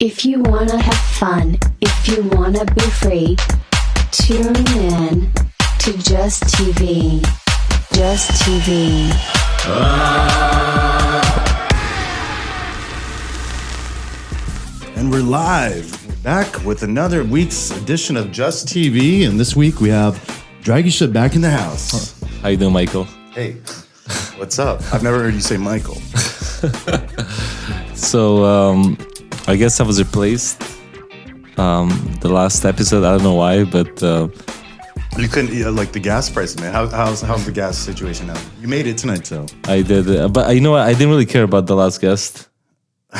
If you wanna have fun, if you wanna be free, tune in to Just TV. Just TV. And we're live. We're back with another week's edition of Just TV. And this week we have Dragusha back in the house. How you doing, Michael? Hey, what's up? I've never heard you say Michael. So, um, I guess I was replaced um, the last episode. I don't know why, but uh, You couldn't, yeah, like the gas price, man. How, how's, how's the gas situation now? You made it tonight, though. I did. Uh, but you know what? I didn't really care about the last guest.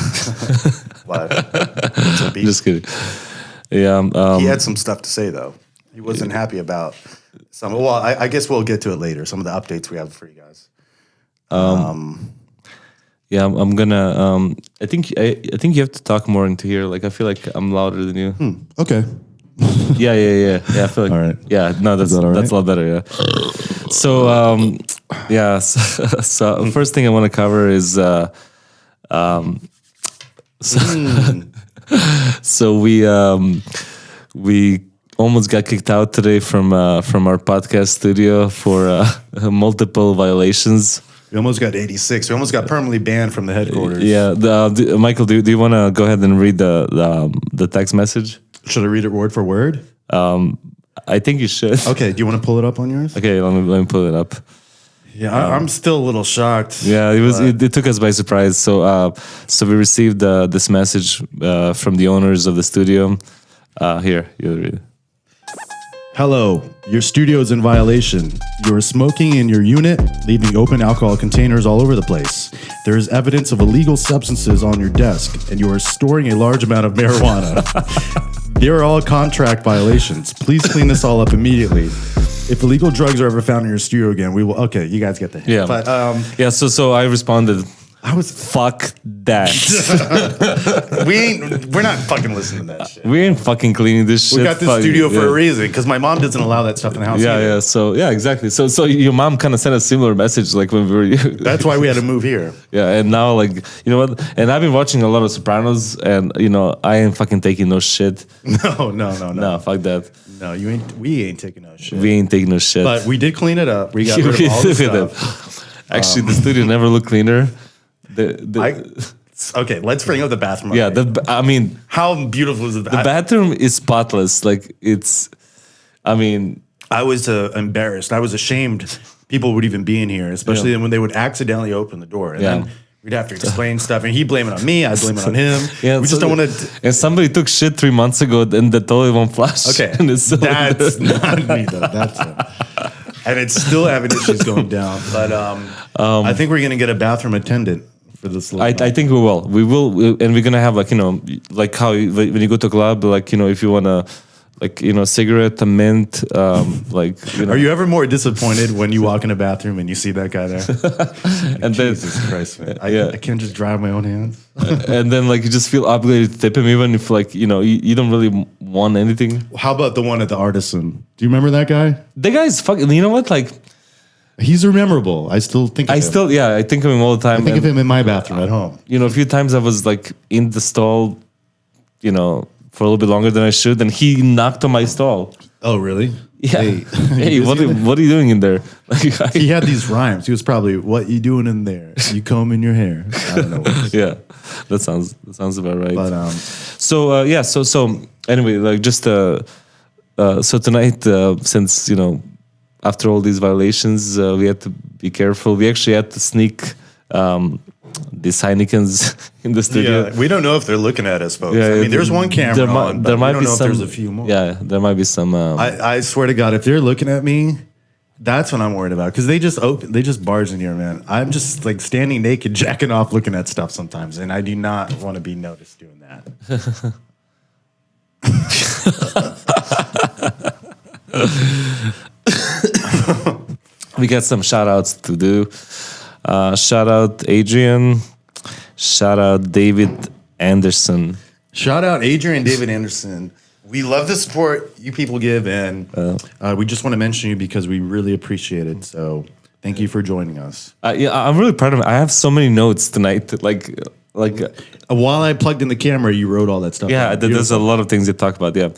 Live. It's a beat. Just kidding. Yeah. Um, he had some stuff to say, though. He wasn't happy about some. Well, I, I guess we'll get to it later. Some of the updates we have for you guys. yeah. I'm, I'm gonna. Um, I think. I, I think you have to talk more into here. Like, I feel like I'm louder than you. Okay. Yeah. Yeah. Yeah. Yeah. I feel like. All right. Yeah. No. That's that all that's a lot better. Yeah. So. Um, yeah. So, so first thing I want to cover is. Uh, um, so we um, we almost got kicked out today from uh, from our podcast studio for uh, multiple violations. We almost got 86. We almost got permanently banned from the headquarters. Yeah, the, uh, d- Michael, do, do you want to go ahead and read the the, um, the text message? Should I read it word for word? I think you should. Okay, Okay. Do you want to pull it up on yours? let, me, let me pull it up. Yeah, I, I'm still a little shocked. Yeah, it was it, it took us by surprise. So uh, so we received uh, this message uh, from the owners of the studio. Uh, here, you read. it. Hello, your studio is in violation. You are smoking in your unit, leaving open alcohol containers all over the place. There is evidence of illegal substances on your desk, and you are storing a large amount of marijuana. they are all contract violations. Please clean this all up immediately. If illegal drugs are ever found in your studio again, we will. Okay, you guys get the hint. Yeah. But um, Yeah, so so I responded, I was. "Fuck that." We ain't. We're not fucking listening to that shit. We ain't fucking cleaning this shit. We got this Fuck, studio for yeah. a reason because my mom doesn't allow that stuff in the house. Yeah, either. yeah. So yeah, exactly. So so your mom kind of sent a similar message like when we were That's why we had to move here. yeah, and now like you know what? And I've been watching a lot of Sopranos, and you know I ain't fucking taking no shit. No, no, no, no, No, fuck that. No, you ain't. We ain't taking no shit. We ain't taking no shit. but we did clean it up. We got rid of all the Look at that. stuff. Actually, the studio never looked cleaner. The, the, I- okay, let's bring up the bathroom. yeah, update. the b- I mean how beautiful is the, the bathroom? bathroom is spotless. Like it's, I mean I was uh, embarrassed. I was ashamed people would even be in here, especially when they would accidentally open the door. And Yeah. then we'd have to explain stuff, and he blame it on me. I blame it on him. yeah, we so- just don't want to. And somebody took shit three months ago, and the toilet won't flush. Okay, and it's so that's not me though. That's him. And it's still having issues going down. But um, I think we're gonna get a bathroom attendant for this. I, I think we will. We will, we- and we're gonna have like you know, like how you- like, when you go to a club, like you know, if you wanna, like you know, cigarette, a mint, um, like you know, Are you ever more disappointed when you walk in a bathroom and you see that guy there? and then Jesus Christ, man. I, Yeah. I can't just drive my own hands. and then like you just feel obligated to tip him, even if like you know you, you don't really m- want anything. How about the one at the artisan? Do you remember that guy? The guy's fucking. You know what? Like He's memorable. I still think of I him. still, yeah, I think of him all the time. think of and, him in my bathroom at home. you know, a few times I was like in the stall, you know, for a little bit longer than I should, and he knocked on my stall. Oh, really? Yeah. Hey, what, are- what are you doing in there? Like, I- He had these rhymes. He was probably, "What you doing in there? You combing your hair?" I don't know. What it is. yeah, that sounds that sounds about right. But um, so uh, yeah, so so anyway, like just uh, uh, so tonight, uh, since you know, after all these violations, uh, we had to be careful. We actually had to sneak um, these Heinekens in the studio. we don't know if they're looking at us, folks. there mi- there might don't be know some, if there's a few more. Yeah, there might be some. Um, I, I swear to God, if they're looking at me, that's what I'm worried about. Because they just open, they just barge in here, man. I'm just like standing naked, jacking off, looking at stuff sometimes, and I do not want to be noticed doing that. we got some shout outs to do. Uh, shout out Adrian. Shout out David Anderson. Shout out Adrian David Anderson. We love the support you people give, and Oh. uh, we just want to mention you because we really appreciate it. So thank you for joining us. Uh, yeah, I- I'm really proud of. I have so many notes tonight. Like, like While I plugged in the camera, you wrote all that stuff. yeah, down. th- there's a lot of things you talk about. Yeah,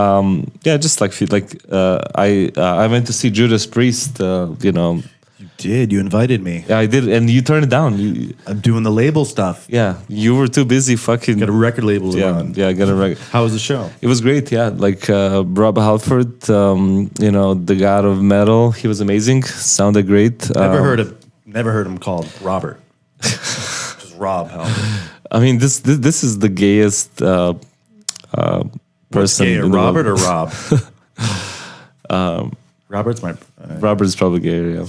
um, yeah, just like fe- like uh, I uh, I went to see Judas Priest. Uh, you know, You did. You invited me. yeah, I did, and you turned it down. You, I'm doing the label stuff. yeah, you were too busy fucking. Got a record label to yeah, run. yeah, got a reg- How was the show? It was great, yeah. Like uh, Rob Halford, um, you know, the god of metal. He was amazing. Sounded great. Never Um, heard of. Never heard him called Robert. Just Rob. Halford. I mean, this this, this is the gayest uh, uh, person. Gay, in the world. Um, Robert or Rob? Robert's my. uh, Robert's probably gay, yeah.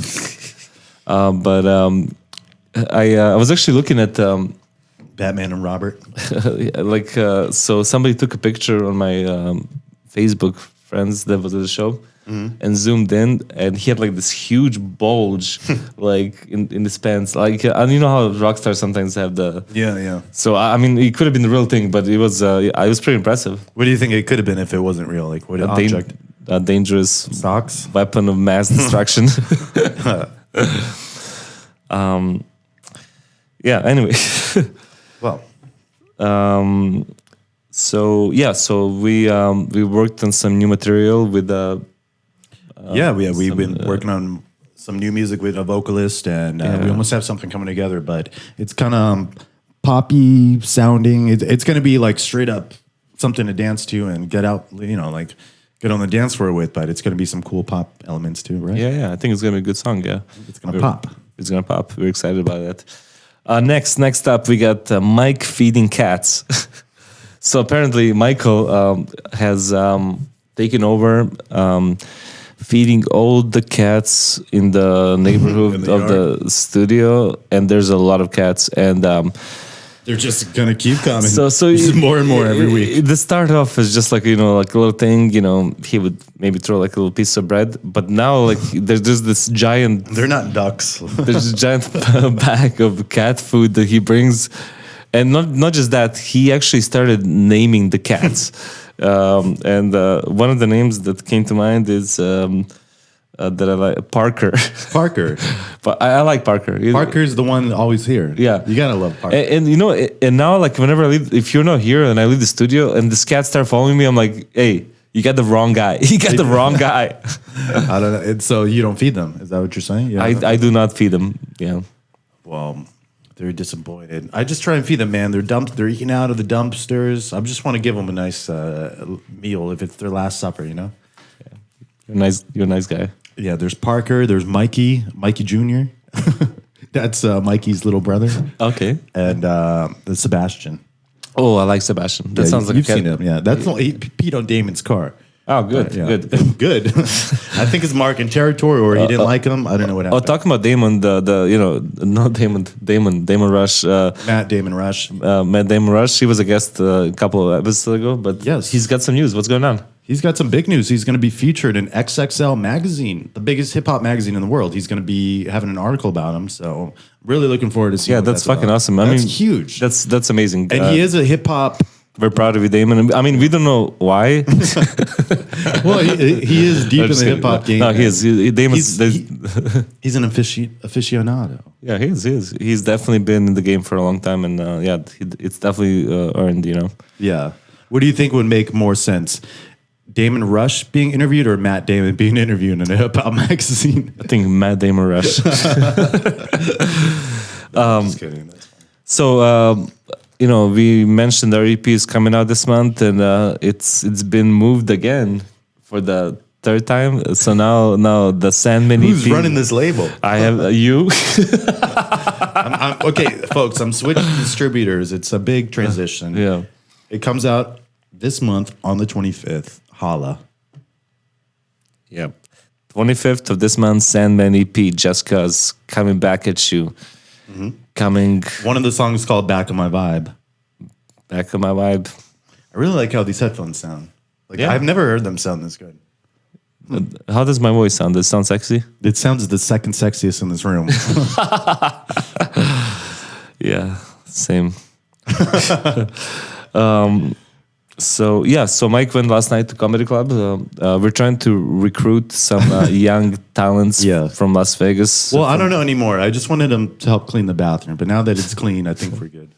um, but um, I uh, I was actually looking at um, Batman and Robert. like uh, so somebody took a picture on my um, Facebook friends that was at the show and zoomed in and he had like this huge bulge like in, in his pants like uh, and you know how rock stars sometimes have the Yeah, yeah. so I I mean it could have been the real thing but it was uh, I was pretty impressive What do you think it could have been if it wasn't real? Like what Dan- object? a dangerous Socks. weapon of mass destruction. um, yeah. Anyway, Well, um, so yeah, so we um, we worked on some new material with uh, yeah, we, we've been some, uh, working on some new music with a vocalist, and uh, we Yeah. almost have something coming together. But it's kind of um, poppy sounding. It, it's going to be like straight up something to dance to and get out. You know, like get on the dance floor with. But it's going to be some cool pop elements too, right? yeah, yeah. I think it's gonna be a good song. Yeah, it's going to We're- pop. It's gonna pop. We're excited about that. Uh, next, next up, we got uh, Mike feeding cats. so apparently, Michael um, has um, taken over um, feeding all the cats in the neighborhood In the of the studio, and there's a lot of cats. And um, They're just going to keep coming. so, so Just more and more every week. The start off is just like you know, like a little thing. You know, he would maybe throw like a little piece of bread, but now like there's just this giant They're not ducks. there's a giant bag of cat food that he brings, and not not just that. He actually started naming the cats, um, and uh, one of the names that came to mind is um, uh, that I like Parker. Parker. but I, I like Parker. You- Parker's the one always here. Yeah. Eh. You got to love Parker. And, and you know, a- and now like whenever I leave, if you're not here and I leave the studio and this cat start following me, I'm like, hey, you got the wrong guy. You got the wrong guy. I don't know. It's, so you don't feed them. Is that what you're saying? Yeah. I, I do not feed him. Yeah. well, they're disappointed. I just try and feed them, man. They're dumped. They're eating out of the dumpsters. I just want to give them a nice uh, meal if it's their last supper, you know? You're nice. You're a nice guy. Yeah. There's Parker. There's Mikey. Mikey Jr. That's uh, Mikey's little brother. Okay. And uh, the Sebastian. Oh, I like Sebastian. That Yeah, sounds like you've a cat. seen him. Yeah. That's not, he peed on Damon's car. Oh, good, Yeah. good. Uh, good. I think it's marking territory or he didn't like him. I don't know what Oh, happened. talking about Damon, the the you know not Damon, Damon, Damon Rush, uh, Matt Damon Rush. uh, Matt Damon Rush. He was a guest uh, a couple of episodes ago, but Yes. he's got some news. What's going on? He's got some big news. He's going to be featured in XXL magazine, the biggest hip hop magazine in the world. He's going to be having an article about him. So really looking forward to seeing. Yeah, what that's, fucking about. awesome. I that's mean, huge. That's that's amazing. and Uh, he is a hip hop. We're proud of you, Damon. I mean, we don't know why. Well, he, he is deep in the hip hop game. No, he is. He, he- He's, Damon's. there's- he- he's an afici- aficionado. yeah, he is. He is. He's definitely been in the game for a long time, and uh, yeah, he, it's definitely uh, earned. You know. Yeah. What do you think would make more sense? Damon Rush being interviewed or Matt Damon being interviewed in a hip hop magazine? I think Matt Damon Rush. Just kidding. That's fine. So um, you know, we mentioned our EP is coming out this month, and uh, it's it's been moved again for the third time. So now now the Sandman Who's EP. running this label? I have uh, you. I'm, I'm, okay, folks, I'm switching distributors. It's a big transition. yeah. It comes out this month on the 25th. Holla. Yep. 25th of this month, Sandman EP, just cause coming back at you. Mm-hmm. Coming One of the songs called Back on My Vibe. back on my vibe. I really like how these headphones sound. Like Yeah. I've never heard them sound this good. How does my voice sound? Does it sound sexy? It sounds the second sexiest in this room. Yeah, same. um, So yeah, so Mike went last night to comedy club. Uh, uh, we're trying to recruit some uh, young talents Yeah. from Las Vegas. Well, I don't know anymore. I just wanted him to help clean the bathroom, but now that it's clean, I think we're good.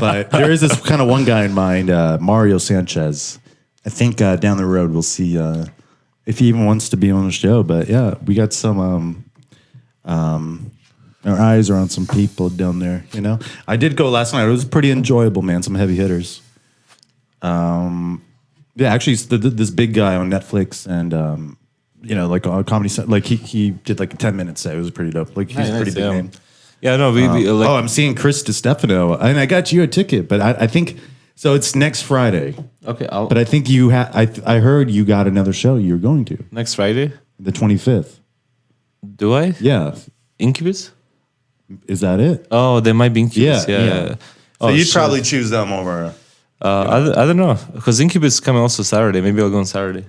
but there is this kind of one guy in mind, uh, Mario Sanchez. I think uh, down the road we'll see uh, if he even wants to be on the show. But yeah, we got some. Um, um, our eyes are on some people down there. You know, I did go last night. It was pretty enjoyable, man. Some heavy hitters. Um, Yeah, actually, it's the, the, this big guy on Netflix and um, you know, like on comedy, Cen- like he he did like a ten minute set. It was pretty dope. Like he's a pretty Nice, big yeah. name. yeah, no, we, we uh, like, oh, I'm seeing Chris DiStefano, and I got you a ticket, but I, I think so. It's next Friday, okay. I'll, oh, but I think you ha- I I heard you got another show you're going to next Friday, the 25th. do I? Yeah, Incubus? is that it? Oh, they might be Incubus. Yeah, Yeah. yeah. Oh, so you'd shit. probably choose them over. Uh, I, don't- I don't know because Incubus is coming also Saturday. Maybe I'll go on Saturday.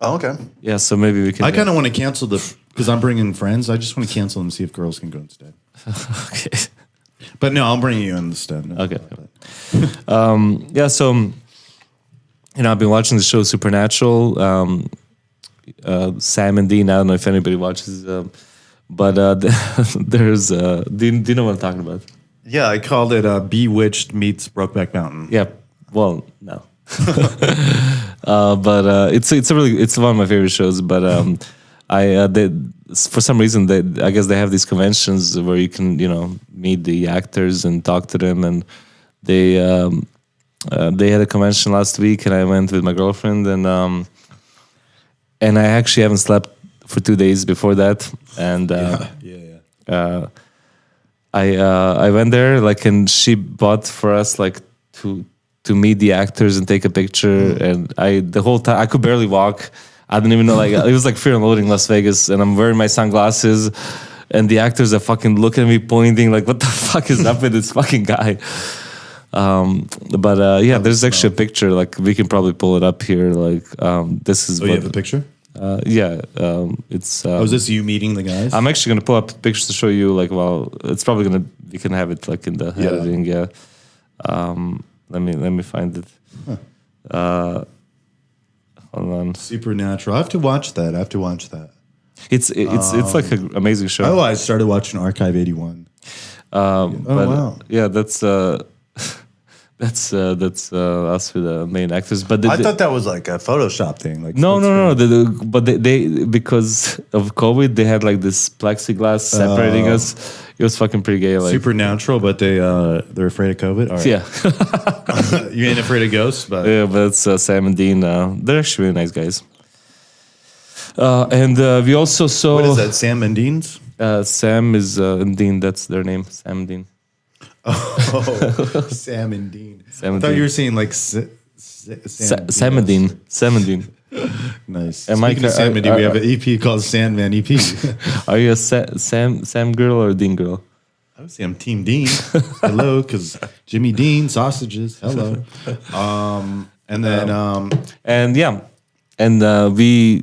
Oh, okay. Yeah, so maybe we can. I kind of want to cancel the because I'm bringing friends. I just want to cancel and see if girls can go instead. okay. But no, I'll bring you in instead. Okay. Yeah, so um, you know, I've been watching the show Supernatural. Um, uh, Sam and Dean. I don't know if anybody watches, um, but uh, there's uh, Dean. Do you know what I'm talking about? Yeah, I called it uh, Bewitched meets Brokeback Mountain. Yeah. Well, no. uh, but uh, it's it's a really it's one of my favorite shows. But um, I uh, they, for some reason they I guess they have these conventions where you can you know meet the actors and talk to them, and they um, uh, they had a convention last week, and I went with my girlfriend, and um, and I actually haven't slept for two days before that, and. Uh, Yeah, Oh, yeah. uh, I uh, I went there like and she bought for us like to to meet the actors and take a picture Mm. and I the whole time I could barely walk. I didn't even know like it was like fear unloading Las Vegas and I'm wearing my sunglasses and the actors are fucking looking at me pointing like what the fuck is up with this fucking guy. Um, but uh, yeah, there's actually a picture like we can probably pull it up here. Like um, this is Oh, what you have the picture? uh, yeah um, it's uh, Oh, is this you meeting the guys? I'm actually gonna pull up pictures to show you. Like, well, it's probably gonna we can have it like in the Yeah. editing. Yeah. Um, let me let me find it. Uh, hold on. Supernatural. I have to watch that. I have to watch that. It's it- it's it's like an amazing Oh, show. I started watching Archive 81. Um, Oh, but, wow. Yeah, that's uh, that's uh, that's uh, us with the main actors. But the, I the- thought that was like a photo. Photoshop thing. Like no, that's- no, no, the- the- But they, they because of COVID, they had like this plexiglass Oh. separating us. It was fucking pretty gay. Like, Supernatural, but they uh they're afraid of COVID. All right. yeah. you ain't afraid of ghosts, but Yeah, but it's uh, Sam and Dean. Uh, they're actually really nice guys. Uh, and uh, we also saw what is that? Sam and Dean's? Uh, Sam is uh, and Dean. That's their name, Sam and Dean. Oh, Sam and Dean. Sam I and thought Dean. you were saying like S- S- Sa- Sam and Dean. Sam and Dean. Nice. Am I Speaking of cor- Sam and Dean, we uh, have an EP called Sandman E EP. Are you a Sa- Sam Sam girl or Dean girl? I would say I'm Team Dean. Hello, because Jimmy Dean sausages. Hello. Um, and then um, And yeah, and uh, we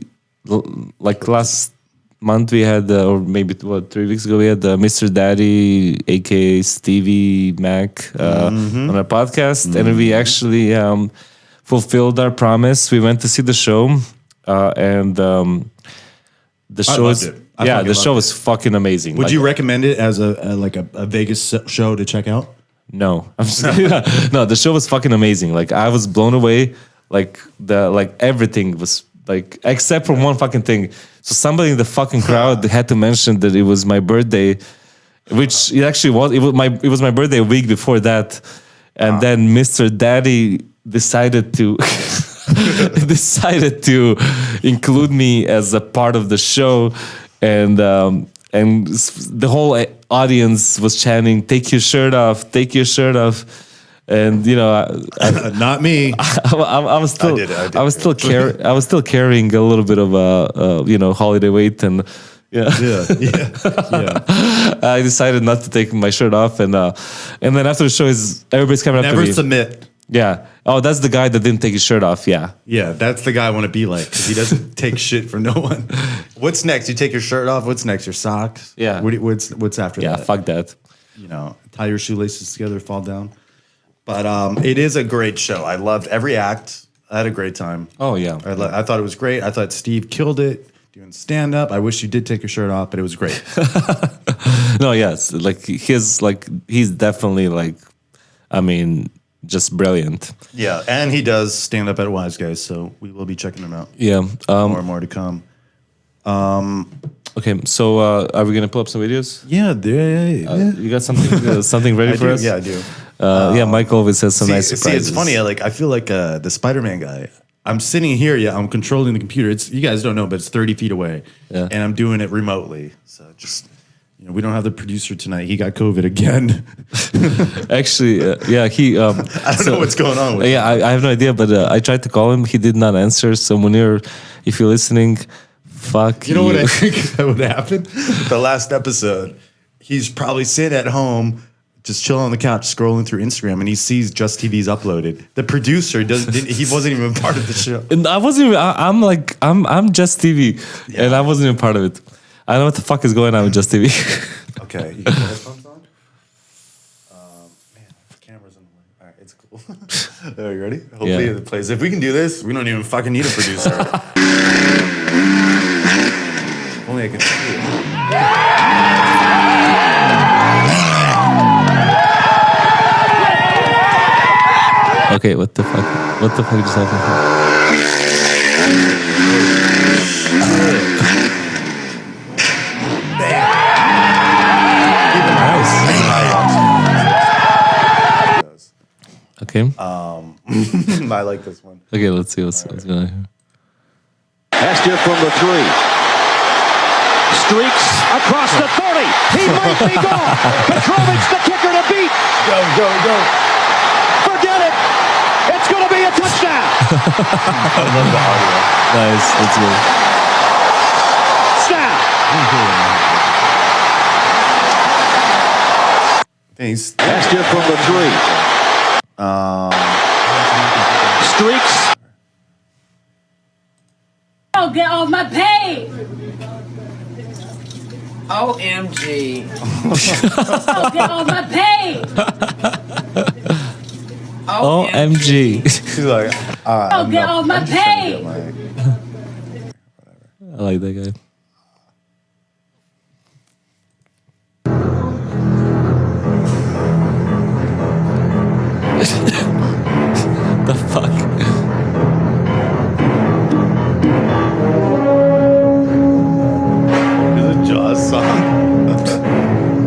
l- like last month we had, uh, or maybe what three weeks ago we had uh, Mr. Daddy, aka Stevie Mac, uh, Mm-hmm. on our podcast, and we actually um, fulfilled our promise. We went to see the show, uh, and um, the show loved is it. I yeah, fucking the show loved was fucking amazing. Would Like, you recommend it as a, a like a, a Vegas s- show to check out? No, I'm just no. The show was fucking amazing. Like I was blown away. Like the like everything was like except for one fucking thing. So somebody in the fucking crowd had to mention that it was my birthday, which it actually was. It was my it was my birthday a week before that, Ah. and then Mr. Daddy decided to. decided to include me as a part of the show and um, and s- the whole uh, audience was chanting take your shirt off take your shirt off and you know I, Uh, not me. I, I'm, I'm still I, did it, I did was it. still car- I was still carrying a little bit of uh, uh, you know holiday weight and yeah yeah, yeah, yeah. I decided not to take my shirt off and uh, and then after the show is everybody's coming up Never to me submit. yeah oh that's the guy that didn't take his shirt off yeah Yeah, that's the guy I want to be like. 'cause He doesn't take shit from no one. What's next? You take your shirt off. What's next? Your socks. Yeah. What, do you- what's what's after yeah that? fuck that You know, tie your shoelaces together, fall down. But um, it is a great show. I loved every act. I had a great time. Oh yeah. I, lo- I thought it was great. I thought Steve killed it doing stand up. I wish you did take your shirt off, but it was great. No, yes, like he's like he's definitely like, I mean, just brilliant. yeah, and he does stand up at Wise Guys, so we will be checking him out. Yeah. Um, More and more to come. okay. So uh, are we gonna pull up some videos? Yeah, there, yeah, Uh, you got something uh, something ready I for do, us? yeah, I do. Uh, yeah, Mike always has some See, nice see, surprises. it's funny. I, Like I feel like uh, the Spider-Man guy. I'm sitting here. Yeah, I'm controlling the computer. It's you guys don't know, but it's 30 feet away, Yeah. and I'm doing it remotely. So just you know, we don't have the producer tonight. He got COVID again. Actually, uh, yeah, he. Um, I don't know what's going on with. yeah, I, I have no idea, but uh, I tried to call him. He did not answer. So Munir, if you're listening, fuck You know what I think that would happen? The last episode, he's probably sitting at home, just chilling on the couch, scrolling through Instagram, and he sees Just TV's uploaded. The producer doesn't. Didn't, he wasn't even part of the show. And I wasn't. Even, I, I'm like I'm I'm just TV, and I wasn't even part of it. I don't know what the fuck is going on with just TV. Okay. You got the headphones on? Um, man, the camera's in the way. All right, it's cool. Are you ready? Hopefully Yeah. it plays. If we can do this, we don't even fucking need a producer. If Only I can see okay, what the fuck? What the fuck just happened? it. Nice. Okay, I like this one. okay, let's see what's, what's going on. Here. Hester from the three. Streaks across the 30. He might be gone. Petrovic, the kicker to beat. Go, go, go. Forget it. It's going to be a touchdown. I love the audio. Nice, that's good. Snap. Thanks. Hester from the three. Streaks Oh, get off my page! OMG. Oh, get off my page! OMG, She's like, all right, Oh, I'm get not- off my I'm just trying to page! get my- I like that guy. the fuck? Is it Jaws song?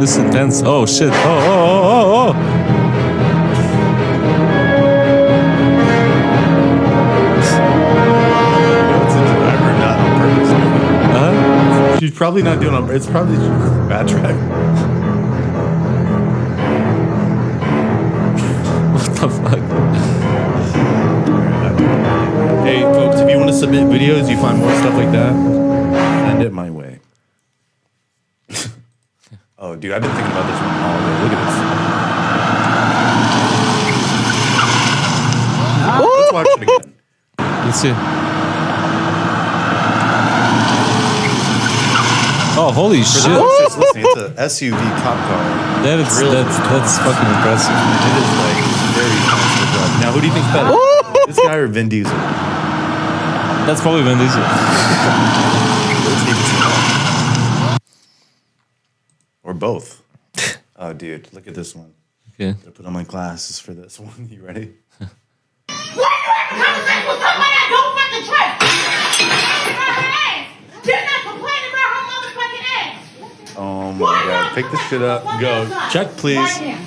This is intense. Oh shit. Oh oh oh oh oh. It's a driver, not on purpose. Huh? She's probably not doing it. It's probably just a bad track. What the fuck? Hey, folks, if you want to submit videos, you find more stuff like that, send it my way. oh, dude, I've been thinking about this one all day. Look at this. Let's watch it again. Let's see. Oh holy For shit! those just listening, it's a SUV cop car. That is Real- that's that's fucking impressive. It is like very fast to drive. Now, who do you think's better? this guy or Vin Diesel? That's probably Vin Diesel. Or both. Oh, dude, look at this one. Okay. I put on my glasses for this one. You ready? Why you have a conversation with somebody I don't fucking trust? Her ass. They're not complaining about her motherfucking ass. Oh my god. Pick this shit up. Go. Check, please. Right now.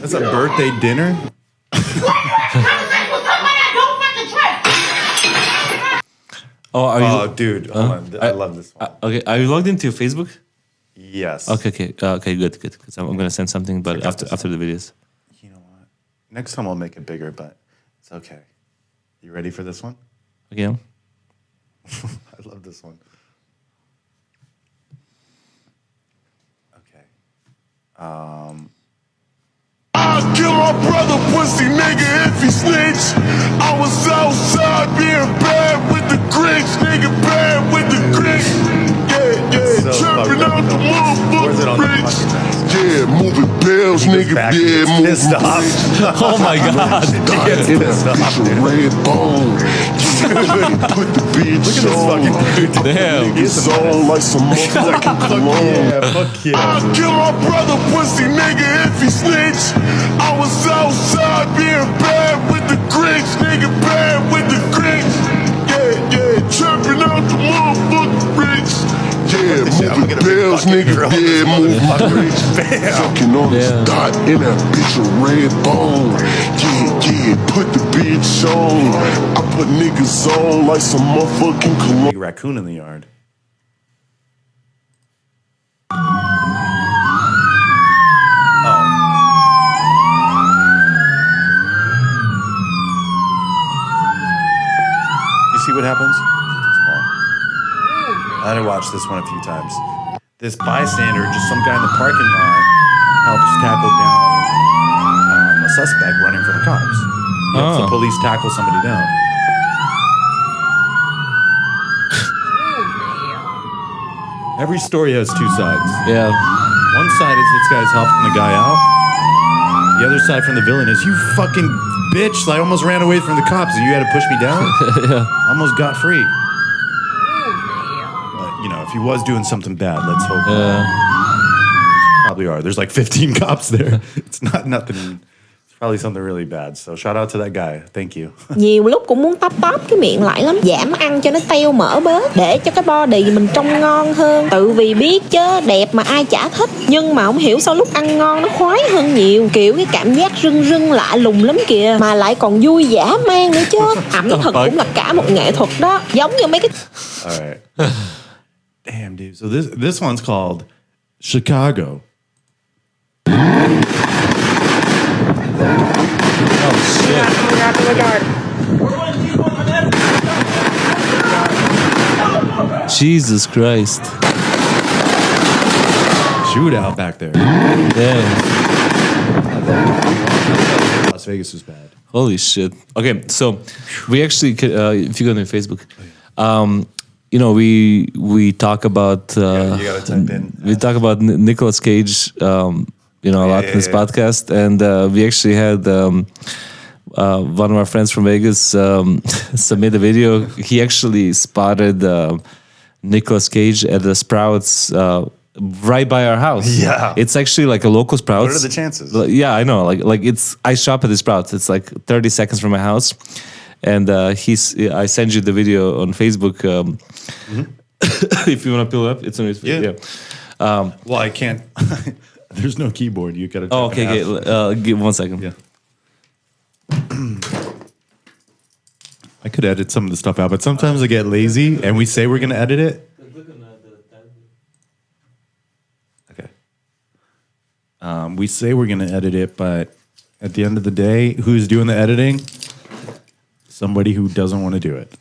That's a birthday dinner? Conversation with somebody I don't fucking trust. Oh, are Oh, you? dude. hold on. I, love this one. uh, okay, are you logged into your Facebook? yes. Okay, okay, uh, okay, good, good. Because I'm, I'm gonna send something, but after after the videos. You know what? Next time I'll make it bigger, but it's okay. You ready for this one? Okay. I love this one. Okay. I'll kill my brother with pussy nigga if he snitch. I was outside being bad with the grits, nigga bad with the grits. Yeah, yeah, So tripping fucked up, out the though. Where's it motherfucking on the bricks. fucking mask? Yeah, moving bells, nigga, back yeah, is moving pissed off. bricks. Oh my god. Diamond, bitch, a red bone. Put the bitch Look at this Oh. on. fucking dude. Damn. It's all like some motherfucking cologne. Yeah, fuck I'll yeah. kill my brother, pussy nigga, if he snitch. I was outside being bad with the grits, nigga, bad with the grits. Yeah, yeah, trapping out the motherfucking bricks. Yeah, shit, I'm moving gonna be bills, fucking nigga, drunk as yeah, moving motherfucker. bricks. Fucking on this Yeah. dot in that bitch a red bone. Yeah, yeah, put the bitch on. I put niggas on like some motherfucking cologne. Big raccoon in the yard. Oh, You see what happens? I done watched this one a few times. This bystander, just some guy in the parking lot, helps tackle down um, a suspect running from the cops. Helps Oh. the police tackle somebody down. Every story has two sides. Yeah. One side is this guy's helping the guy out. The other side from the villain is you fucking bitch. I almost ran away from the cops and you had to push me down. Almost got free. But, you know, if he was doing something bad, let's hope. Probably are. There's like 15 cops there. It's not nothing. It's probably something really bad. So shout out to that guy. Thank you. nhiều lúc cũng muốn tóp tóp cái miệng lại lắm giảm ăn cho nó teo mỡ bớt để cho cái body mình trông ngon hơn tự vì biết chứ đẹp mà ai chả thích nhưng mà không hiểu sao lúc ăn ngon nó khoái hơn nhiều kiểu cái cảm giác rưng rưng lạ lùng lắm kìa mà lại còn vui dã man nữa chứ ẩm thực cũng là cả một nghệ thuật đó giống như mấy cái All right. Damn, dude. So this this one's called Chicago. Jesus Christ. Shootout back there. Yeah. Las Vegas was bad. Holy shit. Okay, so we actually, ca- uh, if you go on Facebook, Oh, um, you know, we we talk about uh, You gotta type in. we talk about N- Nicolas Cage, um, you know, a lot in this podcast, and uh, we actually had um, uh, one of our friends from Vegas um, submit a video. He actually spotted uh, Nicolas Cage at the Sprouts. Uh, Right by our house. Yeah. it's actually like a local Sprouts. the chances? Like, yeah, I know. Like, like it's. I shop at the Sprouts. It's like thirty seconds from my house, and uh, he's. I send you the video on Facebook. Um, if you want to pull it up, it's on his. Yeah. yeah. Well, I can't. There's no keyboard. You gotta. Oh, type okay, it out. okay. l- Uh, give one second. Yeah. I could edit some of the stuff out, but sometimes I get lazy and we say we're gonna edit it. Okay. Um, we say we're gonna edit it, but at the end of the day, who's doing the editing? Somebody who doesn't want to do it.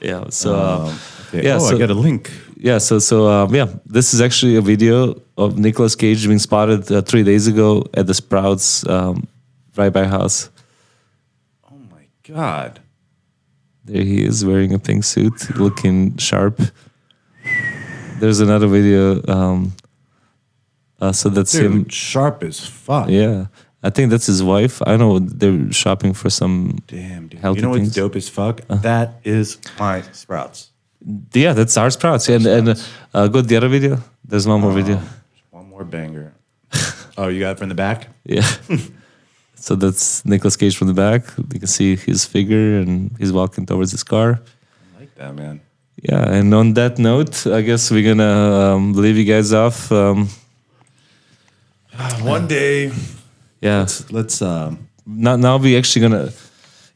Yeah. So, uh, Okay. Yeah, oh, so- I got a link. yeah. So, so um, yeah. This is actually a video of Nicolas Cage being spotted uh, three days ago at the Sprouts um, right by house. Oh my god. There he is wearing a pink suit, looking sharp. There's another video. Um, uh, so that's him. Dude, sharp as fuck. Yeah. I think that's his wife. I know they're shopping for some. Damn, dude. Healthy you know what's things. Uh-huh. dope as fuck? That is my sprouts. Yeah, that's our Sprouts. And and uh, uh, go to the other video. There's one more video. One more banger. oh, you got it from the back? Yeah. so that's Nicolas Cage from the back. You can see his figure and he's walking towards his car. I like that, man. Yeah. And on that note, I guess we're going to um, leave you guys off. Um, One day. yeah. Let's um Now, now we actually going to.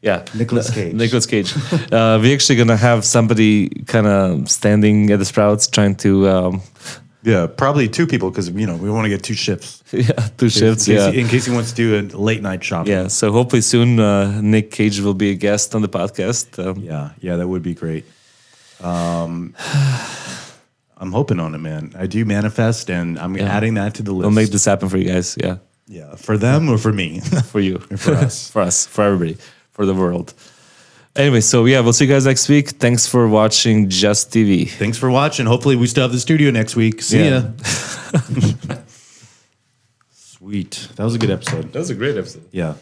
Yeah, Nicolas Cage. Nicolas Cage. uh, we're actually gonna have somebody kind of standing at the sprouts, trying to um, Yeah, probably two people because you know we want to get two shifts. yeah, two shifts. in, yeah, case he, in case he wants to do a late night shopping. yeah. So hopefully soon, uh, Nick Cage will be a guest on the podcast. Um, Yeah, yeah, that would be great. Um I'm hoping on it, man. I do manifest and I'm adding that to the list. We'll make this happen for you guys. Yeah. Yeah, for them or for me? for you, for us. for us, for everybody, for the world. Anyway, so yeah, we'll see you guys next week. Thanks for watching Just TV. Thanks for watching. Hopefully, we still have the studio next week. See Yeah. ya. Sweet. That was a good episode. That was a great episode. Yeah.